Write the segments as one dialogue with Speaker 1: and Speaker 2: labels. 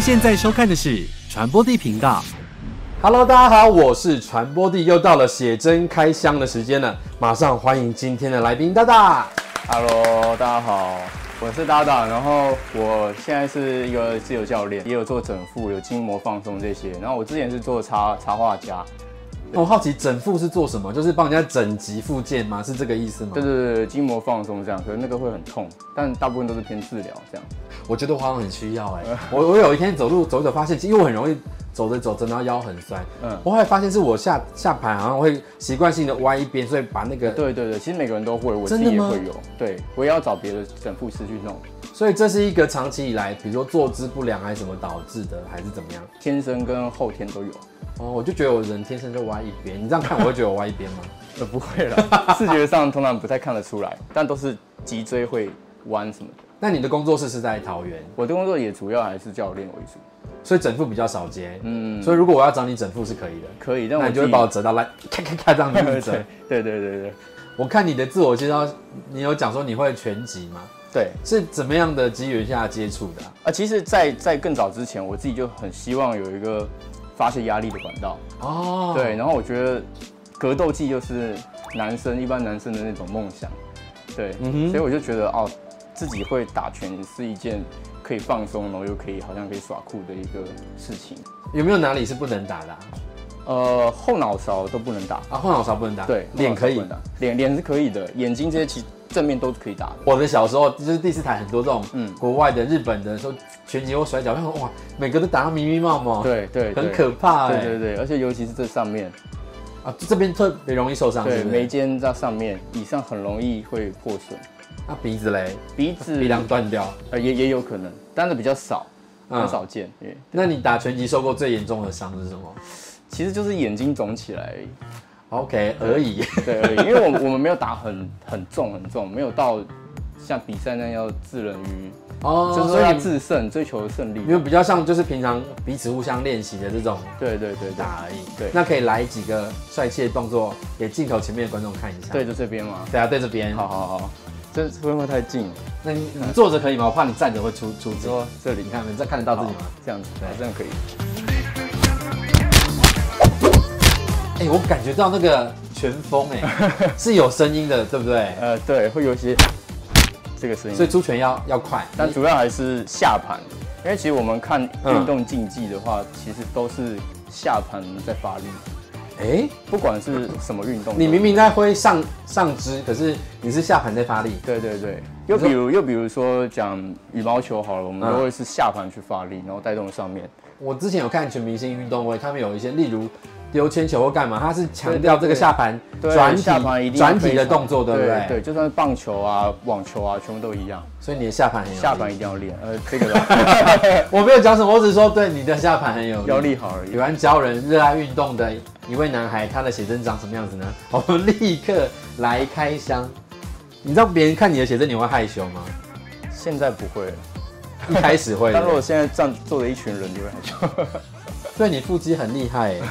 Speaker 1: 现在收看的是传播地频道。
Speaker 2: Hello，大家好，我是传播帝，又到了写真开箱的时间了，马上欢迎今天的来宾大大。
Speaker 3: Hello，大家好，我是大大，然后我现在是一个自由教练，也有做整复，有筋膜放松这些。然后我之前是做插插画家，
Speaker 2: 嗯我好奇整复是做什么？就是帮人家整脊复健吗？是这个意思吗？
Speaker 3: 对对对，筋膜放松这样，可是那个会很痛，但大部分都是偏治疗这样。
Speaker 2: 我觉得我好像很需要哎、我我有一天走路走一走，发现因为我很容易走着走着，然后腰很酸，嗯
Speaker 3: 嗯，
Speaker 2: 我后来发现是我下下盘好像会习惯性的歪一边，所以把那个，
Speaker 3: 对对对，其实每个人都会，我自
Speaker 2: 真的
Speaker 3: 己也
Speaker 2: 吗
Speaker 3: 会有，对我也要找别的整复师去弄，
Speaker 2: 所以这是一个长期以来，比如说坐姿不良还是什么导致的，还是怎么样？
Speaker 3: 天生跟后天都有。
Speaker 2: 哦，我就觉得我人天生就歪一边，你这样看我会觉得我歪一 边吗？
Speaker 3: 呃，不会了， 视觉上通常不太看得出来，但都是脊椎会弯什么的。
Speaker 2: 那你的工作室是在桃园，
Speaker 3: 我的工作也主要还是教练为主，
Speaker 2: 所以整副比较少接，嗯，
Speaker 3: 嗯
Speaker 2: 所以如果我要找你整副是可以的，
Speaker 3: 可以，但
Speaker 2: 那
Speaker 3: 我
Speaker 2: 你就会
Speaker 3: 自己
Speaker 2: 把我折到来，咔咔咔这样子折
Speaker 3: 对。对对对对
Speaker 2: 我看你的自我介绍，你有讲说你会拳击吗？
Speaker 3: 对。
Speaker 2: 是怎么样的机缘下接触的啊、
Speaker 3: 啊，其实在，在更早之前，我自己就很希望有一个发泄压力的管道。
Speaker 2: 哦，
Speaker 3: 对，，然后我觉得格斗技就是男生一般男生的那种梦想。对，
Speaker 2: 嗯
Speaker 3: 所以我就觉得哦，自己会打拳是一件可以放松，然后又可以好像可以耍酷的一个事情。
Speaker 2: 有没有哪里是不能打的啊？
Speaker 3: 呃，后脑勺都不能打，
Speaker 2: 啊后脑勺不能打，
Speaker 3: 对，
Speaker 2: 脸可
Speaker 3: 后
Speaker 2: 以
Speaker 3: 脑勺不能。打，脸脸是可以的，眼睛这些其正面都是可以打的。
Speaker 2: 我的小时候就是第四台很多这种，嗯
Speaker 3: 嗯，
Speaker 2: 国外的、日本的，说拳击或摔跤，然后哇，每个都打到迷迷冒冒，，
Speaker 3: 对对，
Speaker 2: 哦很
Speaker 3: 对
Speaker 2: 可怕哎、
Speaker 3: 对对对，而且尤其是这上面，
Speaker 2: 啊，这边特别容易受伤，
Speaker 3: 对
Speaker 2: 对不对
Speaker 3: 眉？间在上面，以上很容易会破损。
Speaker 2: 那啊鼻子嘞，
Speaker 3: 鼻子
Speaker 2: 鼻梁断掉，
Speaker 3: 呃也也有可能，但是比较少，
Speaker 2: 嗯
Speaker 3: 很少见。因为
Speaker 2: 那你打拳击受过最严重的伤是什么
Speaker 3: 其实就是眼睛肿起来而已，
Speaker 2: ？OK，而 已。
Speaker 3: 对而已，因为我们我们没有打很很重很重，没有到像比赛那样要置人于，
Speaker 2: 哦，
Speaker 3: 就是说
Speaker 2: 所
Speaker 3: 要
Speaker 2: 以
Speaker 3: 制胜，追求胜
Speaker 2: 你们
Speaker 3: 利。
Speaker 2: 比较像就是平常彼此互相练习的这种
Speaker 3: 对对对对，
Speaker 2: 打而已。
Speaker 3: 对
Speaker 2: 那可以来几个帅气的动作给镜头前面的观众看一下。
Speaker 3: 对，，就这边嘛。
Speaker 2: 对啊，对这边。
Speaker 3: 好，好好，这会不会太近？
Speaker 2: 那你你坐着可以吗？我怕你站着会出出
Speaker 3: 你
Speaker 2: 镜。
Speaker 3: 说这里
Speaker 2: 你看，你这看得到自
Speaker 3: 好
Speaker 2: 己吗？
Speaker 3: 这样子，
Speaker 2: 对
Speaker 3: 好这样可以。
Speaker 2: 哎、我感觉到那个拳风哎、 是有声音的，对不对？
Speaker 3: 呃，对，会有一些这个声音
Speaker 2: 所。以出拳要要快。
Speaker 3: 但主要还是下盘，因为其实我们看
Speaker 2: 嗯
Speaker 3: 运动竞技的话，其实都是下盘在发力，
Speaker 2: 哎、
Speaker 3: 不管是什么运动都。
Speaker 2: 你明明在挥上上肢，可是你是下盘在发力。
Speaker 3: 对对对，又比如又比如说讲羽毛球好了，我们
Speaker 2: 嗯
Speaker 3: 都会是下盘去发力，然后带动上面。
Speaker 2: 我之前有看全明星运动会，他们有一些，例如丢铅球或干嘛，他是强调这个下盘
Speaker 3: 对
Speaker 2: 转体
Speaker 3: 下盘一定
Speaker 2: 转体
Speaker 3: 非
Speaker 2: 的
Speaker 3: 常
Speaker 2: 动作，对不对？
Speaker 3: 对对，就算是棒球啊、网球啊，全部都一样，
Speaker 2: 所以你的下盘很有力
Speaker 3: 下盘一定要练。 呃，这个吧
Speaker 2: 我没有讲什么，我只是说对你的下盘很有力
Speaker 3: 要力好而已
Speaker 2: 有。关教人热爱运动的一位男孩，他的写真长什么样子呢？我们立刻来开箱。你知道别人看你的写真你会害羞吗？
Speaker 3: 现在不会了，
Speaker 2: 一开始会的，
Speaker 3: 但如果现在站坐着一群人，你会害羞。
Speaker 2: 对你腹肌很厉害耶，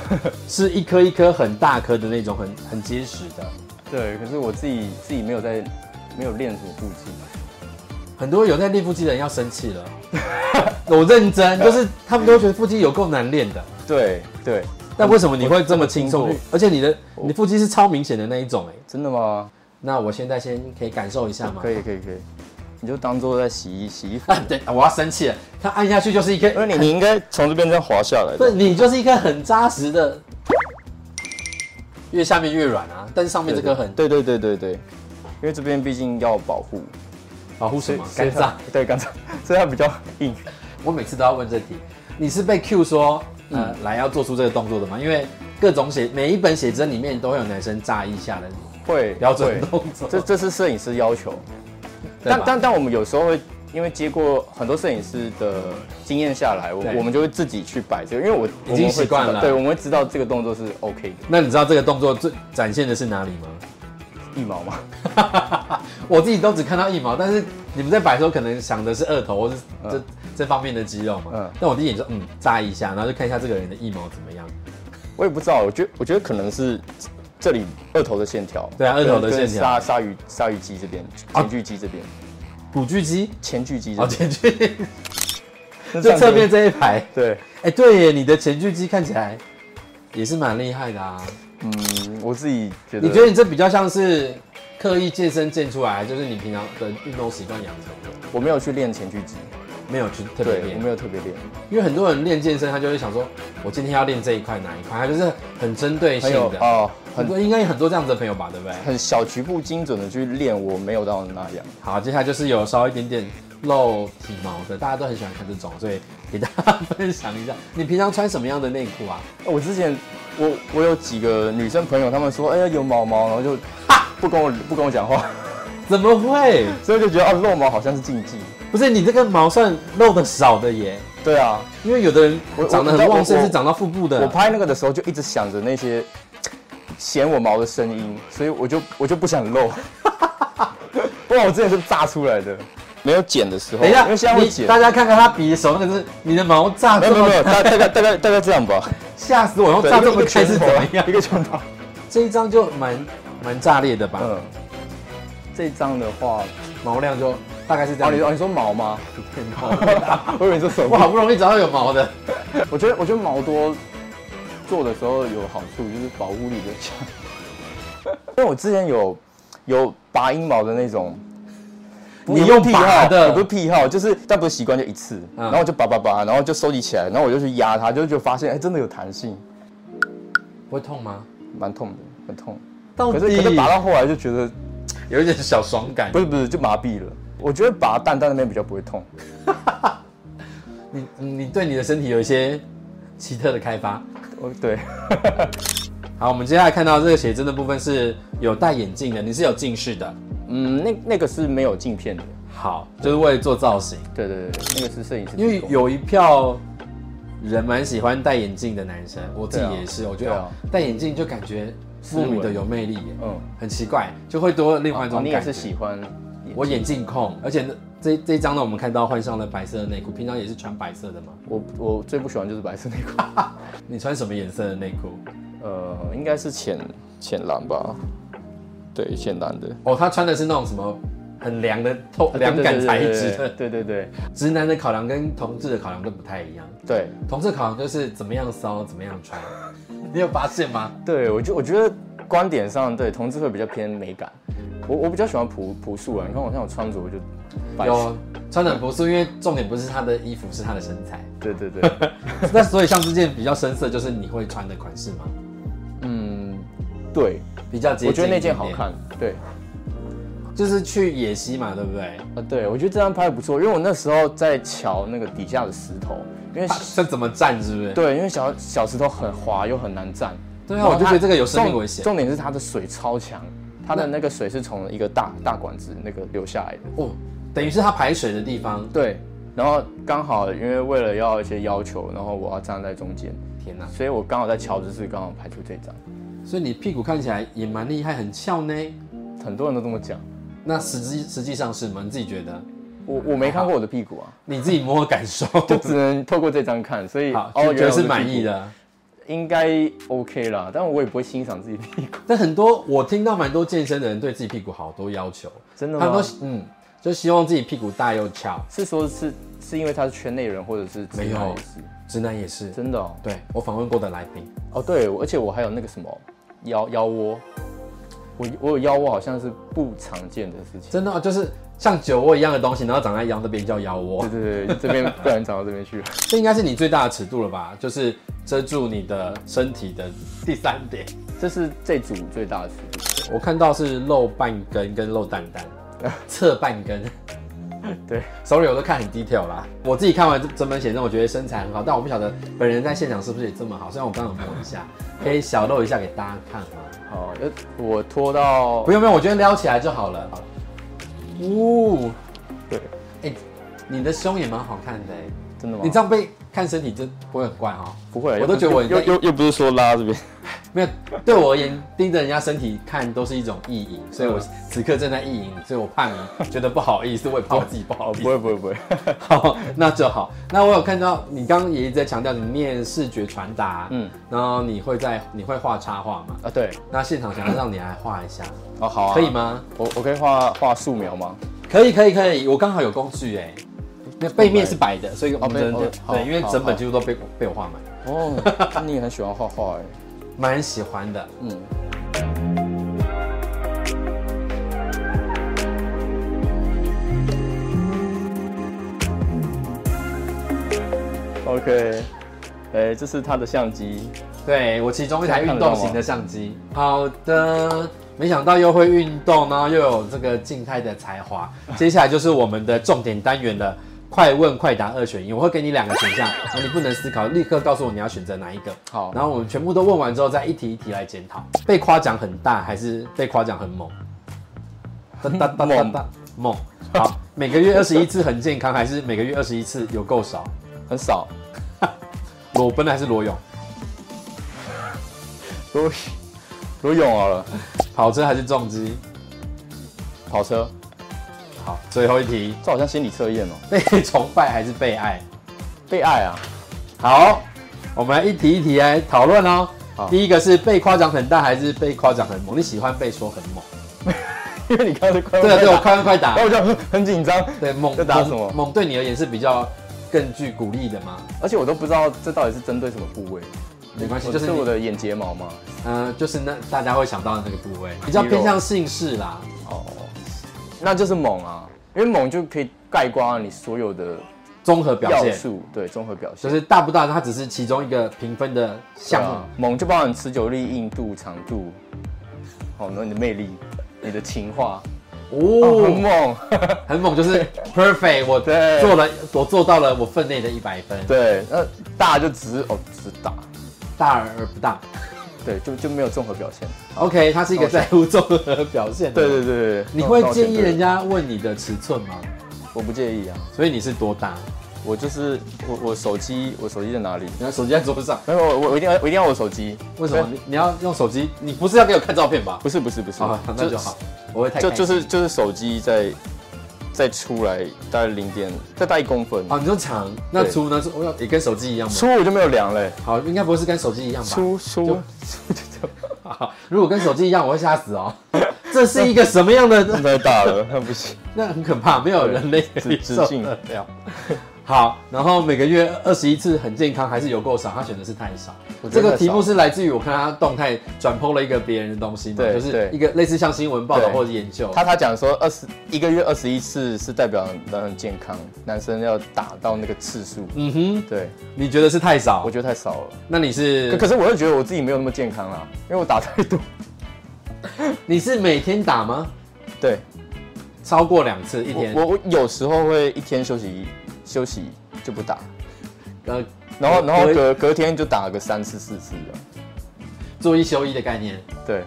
Speaker 2: 是一颗一颗很大颗的那种，很很结实的。
Speaker 3: 对，可是我自己自己没有在没有练什么腹肌。
Speaker 2: 很多有在练腹肌的人要生气了，我认真，就是他们都觉得腹肌有够难练的。
Speaker 3: 对对，
Speaker 2: 但为什么你会这么轻松
Speaker 3: 我
Speaker 2: 去？而且你的你腹肌是超明显的那一种哎。
Speaker 3: 真的吗？
Speaker 2: 那我现在先可以感受一下吗？
Speaker 3: 可以可以可以，你就当做在洗衣洗衣服
Speaker 2: 啊，， 对，我要生气了。他按下去就是一颗，
Speaker 3: 因为你你应该从这边这样滑下来
Speaker 2: 不是
Speaker 3: 的。
Speaker 2: 你就是一颗很扎实的，越下面越软啊，但是上面这颗很
Speaker 3: 对对对对对，因为这边毕竟要保护，
Speaker 2: 保护哦什么
Speaker 3: 所
Speaker 2: 肝
Speaker 3: 以它
Speaker 2: 脏。
Speaker 3: 对肝脏，所以它比较硬。
Speaker 2: 我每次都要问这题，你是被 Q 说呃、
Speaker 3: 嗯
Speaker 2: 来要做出这个动作的吗？因为各种写每一本写真里面都会有男生炸一下的
Speaker 3: 会
Speaker 2: 标准
Speaker 3: 会
Speaker 2: 动作，
Speaker 3: 这这是摄影师要求，但但但我们有时候会。因为接过很多摄影师的经验下来，我
Speaker 2: 对
Speaker 3: 我们就会自己去摆这个，因为我
Speaker 2: 已经
Speaker 3: 我们会知道
Speaker 2: 习惯了
Speaker 3: 对，我们会知道这个动作是 OK
Speaker 2: 那你知道这个动作最展现的是哪里
Speaker 3: 的，一毛 嘛，
Speaker 2: 吗？ 我自己都只看到一毛，但是你们在摆的时候可能想的是二头或是这、这方面的肌肉嘛。
Speaker 3: 嗯
Speaker 2: 但我第一眼就嗯扎一下，然后就看一下这个人的一毛怎么样。
Speaker 3: 我也不知道，我觉得我觉得可能是这里二头的线条，
Speaker 2: 对啊二头的线
Speaker 3: 跟跟
Speaker 2: 条
Speaker 3: 鲨鲨鱼鲨鱼肌这边，前锯肌这边，
Speaker 2: 捕具肌
Speaker 3: 前锯肌这
Speaker 2: 哦，
Speaker 3: 边，
Speaker 2: 前锯。
Speaker 3: 那
Speaker 2: 就
Speaker 3: 上
Speaker 2: 侧面这一排。
Speaker 3: 对，
Speaker 2: 哎、对耶，你的前锯肌看起来也是蛮厉害的啊。
Speaker 3: 嗯，我自己觉得，
Speaker 2: 你觉得你这比较像是刻意健身健出来，还是就是你平常的运动习惯养成的，
Speaker 3: 我没有去练前锯肌，
Speaker 2: 没有去特别
Speaker 3: 对
Speaker 2: 练
Speaker 3: 我。没有特别练，
Speaker 2: 因为很多人练健身，他就会想说，我今天要练这一块哪一块，他就是很针对性
Speaker 3: 很有
Speaker 2: 的。
Speaker 3: 哦，
Speaker 2: 很
Speaker 3: 很
Speaker 2: 多应该有很多这样子的朋友吧，对不对？
Speaker 3: 很小局部精准的去练，我没有到那样。
Speaker 2: 好，接下来就是有稍微一点点露体毛的，大家都很喜欢看这种，所以给大家分享一下，你平常穿什么样的内裤啊？
Speaker 3: 我之前我我有几个女生朋友，她们说哎呀有毛毛，然后就哈不跟我不跟我讲话，
Speaker 2: 怎么会？
Speaker 3: 所以就觉得哦露毛好像是禁忌。
Speaker 2: 不是你这个毛算露的少的耶，
Speaker 3: 对啊，
Speaker 2: 因为有的人
Speaker 3: 我我
Speaker 2: 长得
Speaker 3: 你知
Speaker 2: 很
Speaker 3: 道我
Speaker 2: 旺盛，
Speaker 3: 我
Speaker 2: 是长到腹部的。
Speaker 3: 我拍那个的时候就一直想着那些嫌我毛的声音，所以我就我就不想露， 不然我之前是炸出来的。没有剪的时候，
Speaker 2: 等一下，
Speaker 3: 因为现在会剪
Speaker 2: 你，大家看看他比的手，那个是你的毛炸
Speaker 3: 没
Speaker 2: 这
Speaker 3: 有没有
Speaker 2: 么
Speaker 3: 没有，大大概大概大概这样吧。
Speaker 2: 吓死我！然后
Speaker 3: 对
Speaker 2: 炸
Speaker 3: 一个
Speaker 2: 这么开是怎么样
Speaker 3: 一？个拳头。
Speaker 2: 这一张就蛮蛮炸裂的吧，
Speaker 3: 嗯，这张的话，
Speaker 2: 毛量就大概是这
Speaker 3: 哦
Speaker 2: 样
Speaker 3: 你。哦你说毛 吗？我以为你说手
Speaker 2: 我
Speaker 3: 哇，
Speaker 2: 好不容易找到有毛的，
Speaker 3: 我觉得我觉得毛多做的时候有好处，就是保护力比较强。 因为我之前有有拔阴毛的那种，
Speaker 2: 你
Speaker 3: 也不是
Speaker 2: 用
Speaker 3: 癖
Speaker 2: 拔
Speaker 3: 好
Speaker 2: 的
Speaker 3: 我不是癖好，就是但不是习惯就一次，
Speaker 2: 嗯
Speaker 3: 然后我就拔拔拔，然后我就收集起来，然后我就去压它，就就发现哎、真的有弹性，
Speaker 2: 会痛吗？
Speaker 3: 蛮痛的，很痛。
Speaker 2: 到
Speaker 3: 可是可是拔到后来就觉得
Speaker 2: 有一点小爽感
Speaker 3: 不。是不是就麻痹了，我觉得拔蛋蛋那边比较不会痛。
Speaker 2: 你你对你的身体有一些奇特的开发。
Speaker 3: 哦对，
Speaker 2: 好，我们接下来看到这个写真的部分是有戴眼镜的，你是有近视的。
Speaker 3: 嗯，那那个是没有镜片的，
Speaker 2: 好，就是为了做造型，
Speaker 3: 对对对，对那个是摄影师提
Speaker 2: 因
Speaker 3: 供的，
Speaker 2: 为有一票人蛮喜欢戴眼镜的男生，我自己也是，
Speaker 3: 对啊
Speaker 2: 我觉得、
Speaker 3: 对啊
Speaker 2: 戴眼镜就感觉莫名的有魅力耶，
Speaker 3: 嗯，
Speaker 2: 很奇怪，就会多另外一
Speaker 3: 哦
Speaker 2: 种
Speaker 3: 你
Speaker 2: 感
Speaker 3: 也
Speaker 2: 觉。
Speaker 3: 是喜欢眼
Speaker 2: 我眼镜控，而且呢这这一张呢，我们看到换上了白色的内裤，平常也是穿白色的吗？
Speaker 3: 我我最不喜欢就是白色内裤，
Speaker 2: 你穿什么颜色的内裤？
Speaker 3: 呃，应该是浅浅蓝吧，对，浅蓝的
Speaker 2: 哦，他穿的是那种什么很凉的透凉感啊材质的。
Speaker 3: 啊对对对对
Speaker 2: 直男的考量跟同志的考量都不太一样，
Speaker 3: 对
Speaker 2: 同志考量就是怎么样骚，怎么样穿。 你有发现吗？
Speaker 3: 对对，我觉我觉得观点上对同志会比较偏美感，我我比较喜欢朴朴素啊，你看我像我穿着我就白色，
Speaker 2: 有穿的很朴素，因为重点不是他的衣服，是他的身材。
Speaker 3: 对对对，
Speaker 2: 那所以像这件比较深色，就是你会穿的款式吗？
Speaker 3: 嗯，对，
Speaker 2: 比较接近，
Speaker 3: 我觉得那件好，看，对。
Speaker 2: 就是去野溪嘛，对不对？
Speaker 3: 啊，对，我觉得这张拍得不错，因为我那时候在瞧那个底下的石头，因为、
Speaker 2: 啊这怎么站是不是？
Speaker 3: 对，因为小小石头很滑又很难站。
Speaker 2: 对
Speaker 3: 然
Speaker 2: 啊，
Speaker 3: 后
Speaker 2: 我就觉
Speaker 3: 它
Speaker 2: 得这个有生命危险。
Speaker 3: 重重点是它的水超强，它的那个水是从一个大大管子那个流下来的。
Speaker 2: 哦，等于是它排水的地方。
Speaker 3: 对，然后刚好因为为了要一些要求，然后我要站在中间，
Speaker 2: 天哪、
Speaker 3: 所以我刚好在瞧姿势，刚好拍出这张。
Speaker 2: 所以你屁股看起来也蛮厉害，很翘呢。
Speaker 3: 很多人都这么讲，
Speaker 2: 那实际实际上是吗？你自己觉得？
Speaker 3: 我我没看过我的屁股啊，
Speaker 2: 你自己摸摸感受。
Speaker 3: 就只能透过这张看，所以 哦
Speaker 2: 好，就觉
Speaker 3: 原来
Speaker 2: 得
Speaker 3: 我
Speaker 2: 是
Speaker 3: 的
Speaker 2: 满
Speaker 3: 屁
Speaker 2: 意
Speaker 3: 股，
Speaker 2: 的。
Speaker 3: 应该 OK 啦，但我也不会欣赏自己的屁股，
Speaker 2: 但很多我听到蛮多健身的人对自己屁股好多要求，
Speaker 3: 真的
Speaker 2: 他
Speaker 3: 吗？
Speaker 2: 们都嗯，就希望自己屁股大又翘。
Speaker 3: 是说是是因为他是圈内人，或者是直
Speaker 2: 没有
Speaker 3: 男也是
Speaker 2: 直男也是，
Speaker 3: 真的哦。
Speaker 2: 对我访问过的来宾，
Speaker 3: 哦，对，我而且我还有那个什么腰腰窝，我我有腰窝，好像是不常见的事情。
Speaker 2: 真的哦就是像酒窝一样的东西，然后长在腰那边叫腰窝
Speaker 3: 对，对对，这边不然长到这边 去了。
Speaker 2: 这应该是你最大的尺度了吧？就是遮住你的身体的第三点。
Speaker 3: 这是这组最大的尺度。
Speaker 2: 我看到是露半根跟露蛋 蛋，侧半根。
Speaker 3: 对
Speaker 2: ，sorry，我都看很 detail 啦。我自己看完这这本写真，我觉得身材很好，但我不晓得本人在现场是不是也这么好。虽然我刚刚有摸一下，可以小露一下给大家看吗？
Speaker 3: 好，要我拖到
Speaker 2: 不用不用，我觉得撩起来就好了。呜、
Speaker 3: 对，
Speaker 2: 哎、你的胸也蛮好看的、欸，
Speaker 3: 真的吗？
Speaker 2: 你这样被看身体真不会很怪哈、
Speaker 3: 不会啊，
Speaker 2: 我都觉得我
Speaker 3: 又
Speaker 2: 很
Speaker 3: 又又不是说拉这边。
Speaker 2: 没有，对我而言，盯着人家身体看都是一种意淫，所以我此刻正在意淫，所以我怕你觉得不好意思，我也怕我自己不好
Speaker 3: 哦，
Speaker 2: 意思。
Speaker 3: 不会不会不会。
Speaker 2: 好，那就好。那我有看到你刚刚也一直在强调你念视觉传达，嗯
Speaker 3: 嗯，
Speaker 2: 然后你会在你会画插画嘛？
Speaker 3: 啊对，
Speaker 2: 那现场想要让你来画一下，
Speaker 3: 哦好啊，
Speaker 2: 可以？吗？
Speaker 3: 我我可以画画素描吗？
Speaker 2: 可以，可以，可以。我刚好有工具哎、那背面是白的，所以我们
Speaker 3: 真的
Speaker 2: 哦
Speaker 3: 好
Speaker 2: 对，因为
Speaker 3: 好
Speaker 2: 整本
Speaker 3: 好
Speaker 2: 几乎都被被我画满，
Speaker 3: 哦，那 你也很喜欢画画哎，
Speaker 2: 蛮喜欢的。
Speaker 3: 嗯，OK，哎、这是他的相机，
Speaker 2: 对我其中一台
Speaker 3: 现在
Speaker 2: 运
Speaker 3: 看得到
Speaker 2: 动
Speaker 3: 吗
Speaker 2: 型的相机。好的，没想到又会运动，然后又有这个静态的才华。接下来就是我们的重点单元了，快问快答二选一，我会给你两个选项，然后你不能思考，立刻告诉我你要选择哪一个。
Speaker 3: 好
Speaker 2: 然后我们全部都问完之后，再一题一题来检讨，被夸奖很大还是被夸奖很猛？哒哒哒哒哒，猛。好，每个月二十一次很健康，还是每个月二十一次有够少？
Speaker 3: 很少，
Speaker 2: 裸奔还是裸泳？
Speaker 3: 罗罗勇好了，
Speaker 2: 跑车还是重机？
Speaker 3: 啊跑车，
Speaker 2: 好，最后一题，
Speaker 3: 这好像心理测验哦，
Speaker 2: 被崇拜还是被爱？
Speaker 3: 被爱啊，
Speaker 2: 好，我们来一题一题来讨论哦
Speaker 3: 好。
Speaker 2: 第一个是被夸奖很大还是被夸奖很猛？你喜欢被说很猛？
Speaker 3: 因为你刚才快
Speaker 2: 对啊，对，我
Speaker 3: 看，
Speaker 2: 快问快答
Speaker 3: 然后。我就 很很紧张，
Speaker 2: 对，猛
Speaker 3: 在打什么
Speaker 2: 猛猛对你而言是比较更具鼓励的吗？
Speaker 3: 而且我都不知道这到底是针对什么部位，
Speaker 2: 没关系，
Speaker 3: 我
Speaker 2: 就
Speaker 3: 这
Speaker 2: 是
Speaker 3: 是我
Speaker 2: 我的，
Speaker 3: 的眼睫毛吗？
Speaker 2: 嗯、就是那大家会想到的那个部位，比较
Speaker 3: 肌肉
Speaker 2: 偏向姓氏啦。
Speaker 3: 哦，那就是猛啊，因为猛就可以盖刮你所有的
Speaker 2: 综合表
Speaker 3: 要
Speaker 2: 现，
Speaker 3: 素，对，综合表现。
Speaker 2: 就是大不大，它只是其中一个评分的项目。
Speaker 3: 啊猛就包含持久力、硬度、长度，好，那你的魅力、你的情话，哦，
Speaker 2: 哦，
Speaker 3: 很猛，
Speaker 2: 很猛，就是 perfect，我
Speaker 3: 对
Speaker 2: 做了，我做到了我分内的一百分，
Speaker 3: 对，那大就只哦只打，
Speaker 2: 大而不大。
Speaker 3: 对，就就没有综合表现。
Speaker 2: OK，它是一个在乎综合表现的
Speaker 3: 对
Speaker 2: 人。
Speaker 3: 对对对，
Speaker 2: 你会
Speaker 3: 那我
Speaker 2: 介意
Speaker 3: 选对了
Speaker 2: 人？家问你的尺寸吗？
Speaker 3: 我不介意啊，
Speaker 2: 所以你是多大？
Speaker 3: 我就是我我手机我手机在哪里？
Speaker 2: 你的手机在桌上，
Speaker 3: 没有，我我我一定要我一定要我手机，
Speaker 2: 为什么？你你要用手机？你不是要给我看照片吧？
Speaker 3: 不是不是不是，
Speaker 2: 啊，那就好，我会太
Speaker 3: 就哎
Speaker 2: 开
Speaker 3: 就
Speaker 2: 心
Speaker 3: 是就是手机在再出来大概零点，再大一公分。
Speaker 2: 哦，你说长，那
Speaker 3: 对
Speaker 2: 粗呢？粗我要也跟手机一样吗？
Speaker 3: 粗我就没有量嘞、
Speaker 2: 好，应该不会是跟手机一样吧？
Speaker 3: 粗粗
Speaker 2: 就
Speaker 3: 粗就
Speaker 2: 好如果跟手机一样，我会吓死哦。这是一个什么样 的？
Speaker 3: 太大了，那不行。
Speaker 2: 那很可怕，没有人类可以
Speaker 3: 直直
Speaker 2: 受
Speaker 3: 径
Speaker 2: 得了。好，然后每个月二十一次很健康，还是有够少？他选的是太少。
Speaker 3: 我觉
Speaker 2: 这个
Speaker 3: 得太
Speaker 2: 题目
Speaker 3: 少
Speaker 2: 是来自于我看他动态转 PO 了一个别人的东西嘛，
Speaker 3: 对
Speaker 2: 就是
Speaker 3: 对
Speaker 2: 一个类似像新闻报道
Speaker 3: 对
Speaker 2: 或者研究。
Speaker 3: 他他讲说二十一个月二十一次是代表男人健康，男生要打到那个次数。
Speaker 2: 嗯哼，
Speaker 3: 对，
Speaker 2: 你觉得是太少
Speaker 3: 我？觉得太少了。
Speaker 2: 那你
Speaker 3: 可
Speaker 2: 是
Speaker 3: 可是我又觉得我自己没有那么健康啦，因为我打太多。
Speaker 2: 你是每天打吗？
Speaker 3: 对，
Speaker 2: 超过两次一天？
Speaker 3: 我我我有时候会一天休息一休息就不打，
Speaker 2: 呃，
Speaker 3: 然后然
Speaker 2: 我
Speaker 3: 后
Speaker 2: 我
Speaker 3: 隔隔天就打个三次四次的。
Speaker 2: 做一休一的概念。
Speaker 3: 对。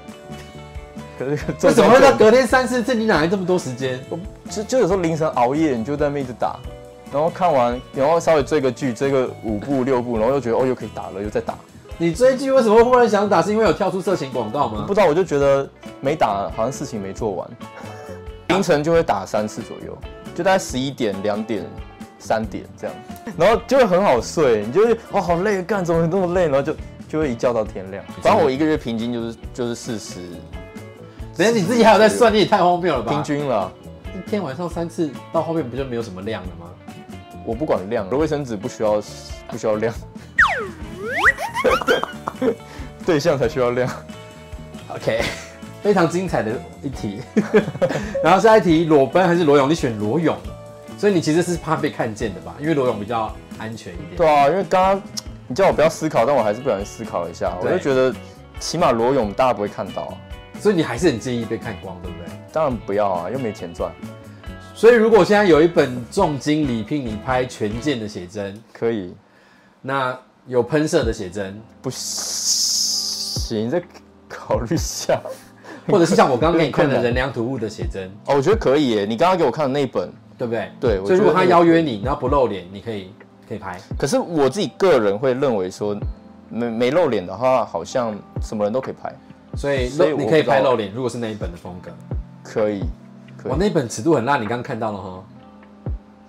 Speaker 3: 可是
Speaker 2: 为什么会
Speaker 3: 在
Speaker 2: 到隔天三四次？你哪来这么多时间？
Speaker 3: 我就就有时候凌晨熬夜，你就在那边一直打，然后看完，然后稍微追个剧，追个五部六部，然后又觉得哦又可以打了，又再打。
Speaker 2: 你追剧为什么会忽然想打？是因为有跳出色情广告吗
Speaker 3: 不？知道我就觉得没打好像事情没做完，凌晨就会打三次左右，就大概十一点、两点、三点这样，然后就会很好睡，你就会哦好累，干怎么那么累，然后就就会一觉到天亮。反正我一个月平均就是就是四十，
Speaker 2: 等下你自己还有在算，你也太荒谬了吧？
Speaker 3: 平均了。
Speaker 2: 一天晚上三次，到后面不就没有什么量了吗？
Speaker 3: 我不管量，卫生纸不需要不需要量， 对象才需要量。
Speaker 2: OK，非 常精彩的一题。 然后下一题，裸奔还是裸泳？你选裸泳，所以你其实是怕被看见的吧？因为裸泳比较安全一点。
Speaker 3: 对啊，因为刚刚你叫我不要思考，但我还是不小心思考了一下，我
Speaker 2: 对
Speaker 3: 就觉得起码裸泳大家不会看到啊，
Speaker 2: 所以你还是很介意被看光，对不对？
Speaker 3: 当然不要啊，又没钱赚，
Speaker 2: 所以如果现在有一本重金礼聘你拍全件的写真，
Speaker 3: 可以
Speaker 2: 那有喷射的写 真，
Speaker 3: 不行？再考虑一下。
Speaker 2: 或者是像我刚刚给你看的
Speaker 3: 有点困难
Speaker 2: 人梁图物的写真，
Speaker 3: 哦，我觉得可以耶，你刚刚给我看的那一本，
Speaker 2: 对不对？
Speaker 3: 对我
Speaker 2: 所以如果
Speaker 3: 觉
Speaker 2: 他
Speaker 3: 得那个
Speaker 2: 邀约你，然后不露脸，你可以可以拍。
Speaker 3: 可是我自己个人会认为说，没没露脸的话，好像什么人都可以拍，
Speaker 2: 所以
Speaker 3: 所以
Speaker 2: 露
Speaker 3: 我
Speaker 2: 你可以
Speaker 3: 不知道
Speaker 2: 拍露脸，如果是那一本的风格。
Speaker 3: 可以，可以
Speaker 2: 哇，。那本尺度很辣，你刚看到了哈。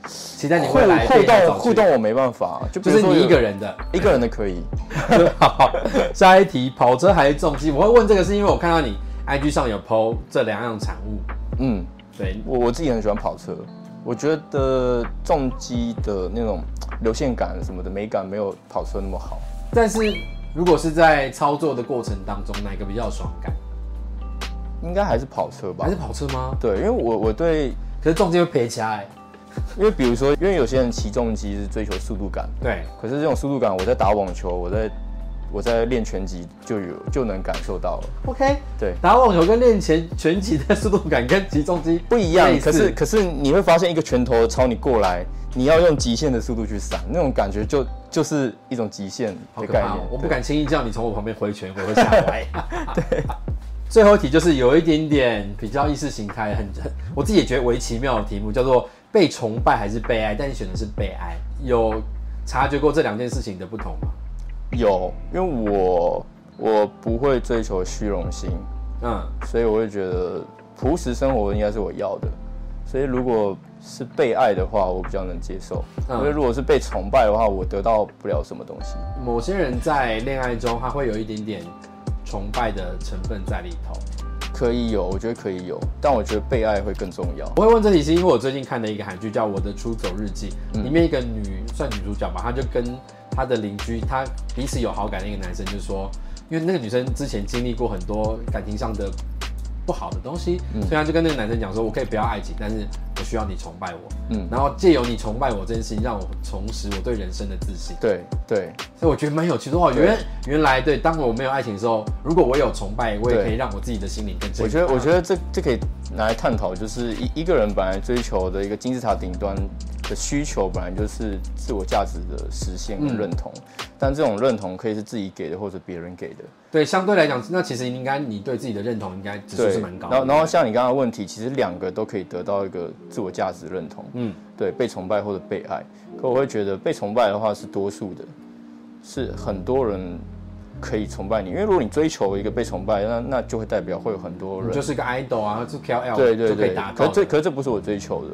Speaker 2: 期待你
Speaker 3: 互
Speaker 2: 未来被
Speaker 3: 互
Speaker 2: 他
Speaker 3: 动
Speaker 2: 找去
Speaker 3: 互，动我没办法，啊就比
Speaker 2: 就
Speaker 3: 如
Speaker 2: 是
Speaker 3: 说
Speaker 2: 你一
Speaker 3: 有
Speaker 2: 个人 的。
Speaker 3: 一个人的可以，
Speaker 2: 好，下一题，跑车还是重机？我会问这个是因为我看到你 IG 上有 PO 这两样产物。
Speaker 3: 嗯，
Speaker 2: 对，
Speaker 3: 我我自己很喜欢跑车，我觉得重击的那种流线感什么的美感没有跑车那么好。
Speaker 2: 但是如果是在操作的过程当中，哪个比较有爽感？
Speaker 3: 应该还是跑车吧
Speaker 2: 还是。跑车吗？
Speaker 3: 对，因为我我对，
Speaker 2: 可是中间会赔哎起来。
Speaker 3: 因为比如说，因为有些人骑重机是追求速度感，
Speaker 2: 对，
Speaker 3: 可是这种速度感，我在打网球，我在我在练拳击就有就能感受到了。
Speaker 2: OK，
Speaker 3: 对，
Speaker 2: 打网球跟练拳拳击的速度感跟击重机
Speaker 3: 不一样
Speaker 2: 类。似
Speaker 3: 可是可是你会发现，一个拳头朝你过来，你要用极限的速度去闪，那种感觉就就是一种极限
Speaker 2: 好
Speaker 3: 的
Speaker 2: 可
Speaker 3: 概
Speaker 2: 怕
Speaker 3: 念
Speaker 2: 哦！。我不敢轻易叫你从我旁边挥拳，我会吓 歪。对，最后一题就是有一点点比较意识形态，很 很，我自己也觉得为奇妙的题目，叫做被崇拜还是被爱？但你选的是被爱，有察觉过这两件事情的不同吗？
Speaker 3: 对有，因为我我不会追求虚荣心，
Speaker 2: 嗯，
Speaker 3: 所以我会觉得朴实生活应该是我要的。所以如果是被爱的话，我比较能接受；，
Speaker 2: 嗯
Speaker 3: 因为如果是被崇拜的话，我得到不了什么东西。
Speaker 2: 某些人在恋爱中他会有一点点崇拜的成分在里头。
Speaker 3: 可以有，我觉得可以有，但我觉得被爱会更重要。
Speaker 2: 我会问这题是因为我最近看的一个韩剧叫《我的出走日记》，
Speaker 3: 嗯
Speaker 2: 里面一个女算女主角吧，她就跟她的邻居，她彼此有好感的一个男生，就说，因为那个女生之前经历过很多感情上的不好的东西，
Speaker 3: 嗯
Speaker 2: 所以她就跟那个男生讲说，我可以不要爱情，但是我需要你崇拜我，嗯
Speaker 3: 嗯，
Speaker 2: 然后借由你崇拜我这件事情，让我重拾我对人生的自信，
Speaker 3: 对对
Speaker 2: 所以我觉得蛮有趣的哦。
Speaker 3: 对
Speaker 2: 原原来对，当我没有爱情的时候，如果我有崇拜，我也
Speaker 3: 对
Speaker 2: 可以让我自己的心灵更健康。
Speaker 3: 我觉得，我觉得这这可以拿来探讨，就是一一个人本来追求的一个金字塔顶端的需求，本来就是自我价值的实现跟认同，但这种认同可以是自己给的，或者别人给的。
Speaker 2: 对，相对来讲，那其实应该你对自己的认同应该指数是蛮高的。
Speaker 3: 然后然后像你刚刚的问题，其实两个都可以得到一个自我价值认同，
Speaker 2: 嗯
Speaker 3: 嗯，对，被崇拜或者被爱。可我会觉得被崇拜的话是多数的，是很多人可以崇拜你，因为如果你追求一个被崇拜，那那就会代表会有很多
Speaker 2: 你
Speaker 3: 人，
Speaker 2: 就是一个 idol 啊，是 KOL
Speaker 3: 对对
Speaker 2: 就可以
Speaker 3: 对
Speaker 2: 达，到
Speaker 3: 可
Speaker 2: 的。
Speaker 3: 是这可是这不是我追求的，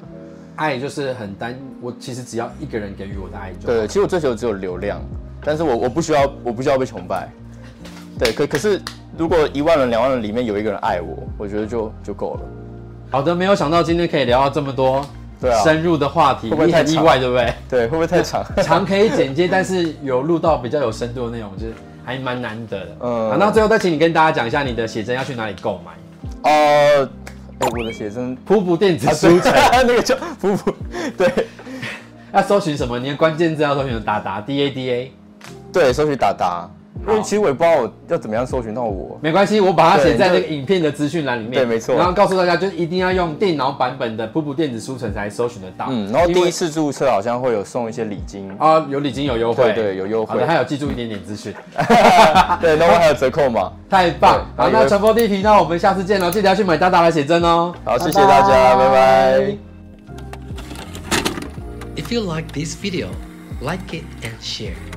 Speaker 2: 爱就是很单，我其实只要一个人给予我的爱就好。
Speaker 3: 对，，其实我追求只有流量，但是我我不需要我不需要被崇拜，对，可可是如果一万人两万人里面有一个人爱我，我觉得就就够了，
Speaker 2: 好的，没有想到今天可以聊到这么多
Speaker 3: 对啊
Speaker 2: 深入的话题，
Speaker 3: 会不会
Speaker 2: 你
Speaker 3: 太
Speaker 2: 很意
Speaker 3: 长
Speaker 2: 外对不对？
Speaker 3: 对，会不会太长？
Speaker 2: 长可以简介，但是有录到比较有深度的内容，就是还蛮难得的。嗯，
Speaker 3: 嗯
Speaker 2: 好，那最后再请你跟大家讲一下你的写真要去哪里购买，
Speaker 3: 哦、呃，哎我的 写真
Speaker 2: 瀑布电子书城
Speaker 3: 那个叫不不，啊对
Speaker 2: 要搜寻什么？你的关键字要搜寻达达 D A D A，
Speaker 3: 对，搜寻达达，因为
Speaker 2: 好
Speaker 3: 其实我也不知道我要怎么样搜寻到我。
Speaker 2: 没关系，我把它写在那
Speaker 3: 对
Speaker 2: 个影片的资讯栏里面。
Speaker 3: 对没错
Speaker 2: 然后告诉大家，就是一定要用电脑版本的瀑布电子书城才搜寻得到。
Speaker 3: 嗯，然后
Speaker 2: 因
Speaker 3: 第
Speaker 2: 为
Speaker 3: 一次注册好像会有送一些礼 金，
Speaker 2: 啊、有礼金有优惠，
Speaker 3: 对对有优惠
Speaker 2: 好的，还有记住一点点资讯，
Speaker 3: 对，然后还有折扣嘛。
Speaker 2: 太棒！
Speaker 3: 对
Speaker 2: 好，
Speaker 3: 还有
Speaker 2: 那传播地频道我们下次见喽，哦记得要去买达达来写真哦。
Speaker 3: 好，谢谢大家，拜拜
Speaker 4: If you like this video, like it and share.